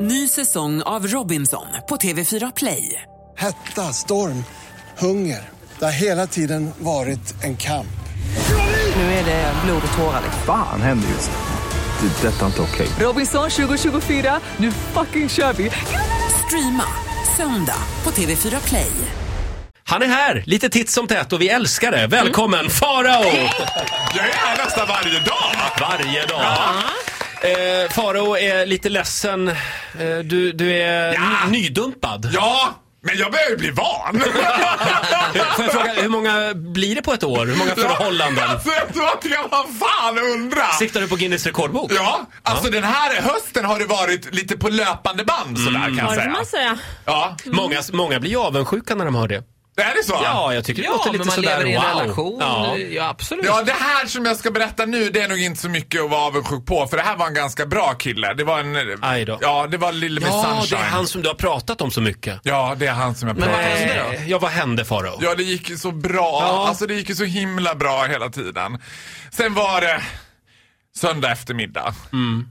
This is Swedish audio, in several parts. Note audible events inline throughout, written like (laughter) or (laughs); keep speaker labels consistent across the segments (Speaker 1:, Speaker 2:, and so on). Speaker 1: Ny säsong av Robinson på TV4 Play.
Speaker 2: Hetta, storm, hunger. Det har hela tiden varit en kamp.
Speaker 1: Nu är det blod och tårar.
Speaker 3: Fan händer just nu. Det. är Detta är inte okej.
Speaker 1: Robinson 2024, nu fucking kör vi! Streama söndag på TV4 Play.
Speaker 4: Han är här, lite titt som tätt och vi älskar det. Välkommen
Speaker 5: Mm.
Speaker 4: Farao!
Speaker 6: Jag är här nästan varje dag!
Speaker 4: Varje dag. Eh, Farao är lite ledsen. Eh, du, du är
Speaker 6: Ja.
Speaker 4: ny- nydumpad.
Speaker 6: Ja, men jag börjar ju bli van!
Speaker 4: Får
Speaker 6: (laughs)
Speaker 4: jag fråga, hur många blir det på ett år? Hur många förhållanden?
Speaker 6: Så alltså, jag tror att jag vad fan undra!
Speaker 4: Siktar du på Guinness rekordbok?
Speaker 6: Ja, alltså den här hösten har det varit lite på löpande band sådär
Speaker 4: Mm.
Speaker 6: kan jag
Speaker 7: Ja, det får
Speaker 6: säga.
Speaker 7: man säga.
Speaker 6: Ja,
Speaker 4: Många, många blir ju avundsjuka när de hör det.
Speaker 6: är det så?
Speaker 4: Ja, jag tycker det
Speaker 5: Ja,
Speaker 4: låter
Speaker 5: men
Speaker 4: lite
Speaker 5: man
Speaker 4: sådär
Speaker 5: lever i en
Speaker 4: wow.
Speaker 5: relation.
Speaker 4: Ja.
Speaker 5: Ja. absolut.
Speaker 6: Ja, det här som jag ska berätta nu, det är nog inte så mycket att vara avundsjuk på. För det här var en ganska bra kille. Det var en...
Speaker 4: Aj då.
Speaker 6: Ja, det var Lille Miss
Speaker 4: ja, det
Speaker 6: Sunshine.
Speaker 4: är han som du har pratat om så mycket.
Speaker 6: Ja, det är han som jag
Speaker 4: Men
Speaker 6: pratade om.
Speaker 4: Ja, vad hände Farao?
Speaker 6: Ja, det gick ju så bra.
Speaker 4: Ja.
Speaker 6: Alltså det gick ju så himla bra hela tiden. Sen var det söndag eftermiddag.
Speaker 4: Mm.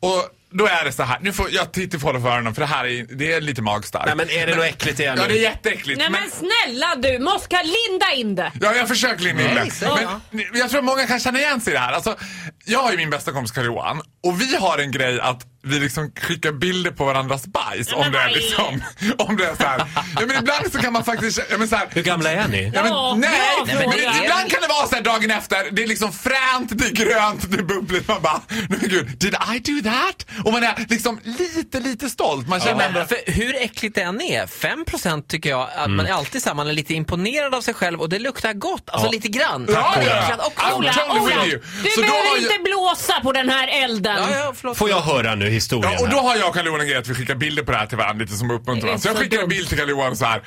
Speaker 6: Och då är det så här. Nu får jag titta på det för öronen för det här är, det är lite magstarkt.
Speaker 4: Nej men är det något äckligt igen?
Speaker 6: Ja, det är jätteäckligt.
Speaker 7: Nej men snälla du, måste kan linda in det.
Speaker 6: Ja, jag försöker Linda in det.
Speaker 5: säg ja.
Speaker 6: Men jag tror att många kan känna igen sig i det här. Alltså, jag har ju min bästa kompis Karl-Johan och vi har en grej att vi liksom skickar bilder på varandras bajs om
Speaker 7: men
Speaker 6: det är
Speaker 7: nej.
Speaker 6: liksom, om det är så här. Ja, men ibland så kan man faktiskt, ja, men så här,
Speaker 4: Hur gamla är ni?
Speaker 6: Ja, men,
Speaker 7: Ja,
Speaker 6: nej,
Speaker 7: bra
Speaker 6: men
Speaker 7: fråga.
Speaker 6: det, ibland kan det vara så här dagen efter, det är liksom fränt, det är grönt, det är bubbligt. Man bara, men gud, did I do that? Och man är liksom lite, lite stolt. Man känner ändå,
Speaker 5: Men för hur äckligt det än är, 5% tycker jag att man är alltid så här, man är lite imponerad av sig själv och det luktar gott, alltså lite grann.
Speaker 6: Ja,
Speaker 5: Det är
Speaker 6: ja.
Speaker 5: äckligt och
Speaker 6: I'm
Speaker 7: Ola,
Speaker 5: coolt.
Speaker 6: totally
Speaker 7: Ola,
Speaker 6: with
Speaker 7: du
Speaker 6: you. Så då
Speaker 7: behöver
Speaker 6: har
Speaker 7: inte
Speaker 6: jag-
Speaker 7: blåsa på den här elden.
Speaker 5: Ja, ja, förlåt.
Speaker 4: Får jag höra nu historien?
Speaker 6: ja, och då
Speaker 4: här?
Speaker 6: har jag och Carl-Johan en grej att vi skickar bilder på det här till varandra lite som
Speaker 7: Det är
Speaker 6: uppmuntran.
Speaker 7: inte
Speaker 6: Så jag
Speaker 7: så
Speaker 6: skickar en
Speaker 7: dumt.
Speaker 6: bild till Carl-Johan så här,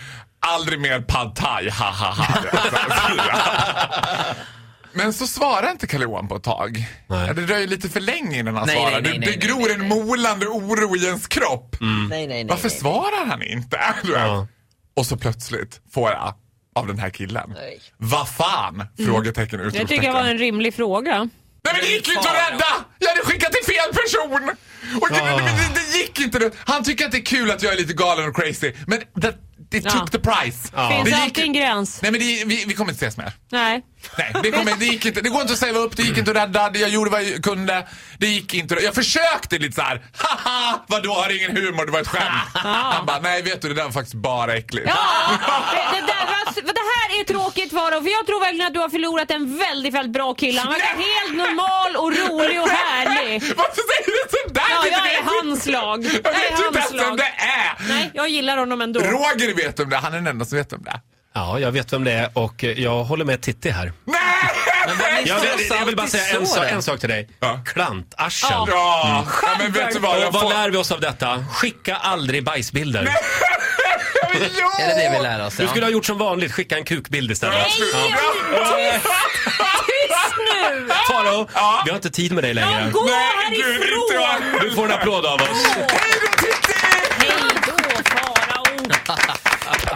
Speaker 6: aldrig mer pad thai, ha ha ha. (laughs) Men så svarar inte Carl-Johan på ett tag.
Speaker 4: Nej.
Speaker 6: Det dröjer lite för länge innan han
Speaker 5: Nej,
Speaker 6: svarar.
Speaker 5: nej, nej,
Speaker 6: det
Speaker 5: nej,
Speaker 6: det
Speaker 5: nej,
Speaker 6: gror
Speaker 5: nej,
Speaker 6: en molande oro i ens kropp.
Speaker 5: Nej, nej, nej.
Speaker 6: Varför
Speaker 5: nej.
Speaker 6: svarar han inte? (laughs) Du vet.
Speaker 4: Ja.
Speaker 6: Och så plötsligt får jag av den här killen.
Speaker 5: Nej.
Speaker 6: Vad fan? Frågetecken,
Speaker 7: Det
Speaker 6: utropstecken.
Speaker 7: tycker jag var en rimlig fråga.
Speaker 6: Nej men det gick ju inte att rädda! Jag hade skickat till fel person! Och det,
Speaker 7: Ah.
Speaker 6: det, det, det gick inte. Han tycker att det är kul att jag är lite galen och crazy. Men det, det
Speaker 7: Ja.
Speaker 6: took the price.
Speaker 7: Ah. Finns
Speaker 6: Det gick-
Speaker 7: alltid en gräns.
Speaker 6: Nej men det, vi, vi kommer inte ses mer.
Speaker 7: Nej.
Speaker 6: Nej, det, kommer, det gick inte. Det går inte att säga upp, det gick inte att rädda, det- jag gjorde vad jag kunde. Det gick inte. Jag försökte lite så här. haha, vadå har du ingen humor, det var ett skämt. Han bara, nej vet du det där var faktiskt bara äckligt.
Speaker 7: Ah. Ja, det, det, där, var- det här är tråkigt Farao, för jag tror verkligen att du har förlorat en väldigt, väldigt bra kille. Han verkar
Speaker 6: Nej.
Speaker 7: helt normal och rolig och
Speaker 6: (laughs)
Speaker 7: härlig.
Speaker 6: Varför säger du sådär?
Speaker 7: Ja,
Speaker 6: till
Speaker 7: jag
Speaker 6: mig?
Speaker 7: är hans lag.
Speaker 6: Jag
Speaker 7: Jag
Speaker 6: vet ju
Speaker 7: är
Speaker 6: inte
Speaker 7: hans
Speaker 6: ens vem
Speaker 7: lag.
Speaker 6: det är.
Speaker 7: Nej, jag gillar honom ändå.
Speaker 6: Roger vet om det, han är den enda som vet om det.
Speaker 4: Ja, jag vet vem det är och eh, jag håller med Titti här.
Speaker 6: Nej!
Speaker 4: Jag
Speaker 5: Trots
Speaker 4: vill, jag vill bara
Speaker 5: allt är
Speaker 4: säga en,
Speaker 5: så
Speaker 4: sak-
Speaker 5: det.
Speaker 4: en sak till dig.
Speaker 6: Ja.
Speaker 4: Klantarsel.
Speaker 7: Ja.
Speaker 6: Ja,
Speaker 5: Mm.
Speaker 6: ja, men vet du vad?
Speaker 4: Och
Speaker 6: Jag
Speaker 4: vad
Speaker 6: får...
Speaker 4: lär vi oss av detta? Skicka aldrig bajsbilder. Alltså,
Speaker 6: jo!
Speaker 5: Är det det vi lär oss?
Speaker 4: Du
Speaker 5: Ja.
Speaker 4: skulle ha gjort som vanligt, skicka en kukbild istället.
Speaker 7: Nej,
Speaker 4: Ja.
Speaker 7: Tyst nu!
Speaker 4: Faro,
Speaker 6: Ja.
Speaker 4: vi har inte tid med dig
Speaker 7: Ja,
Speaker 4: längre.
Speaker 7: gå
Speaker 6: Nej, gud, inte jag.
Speaker 7: härifrån!
Speaker 4: Du får en applåd av oss.
Speaker 6: Hej då, Titti!
Speaker 7: Hej då Farao!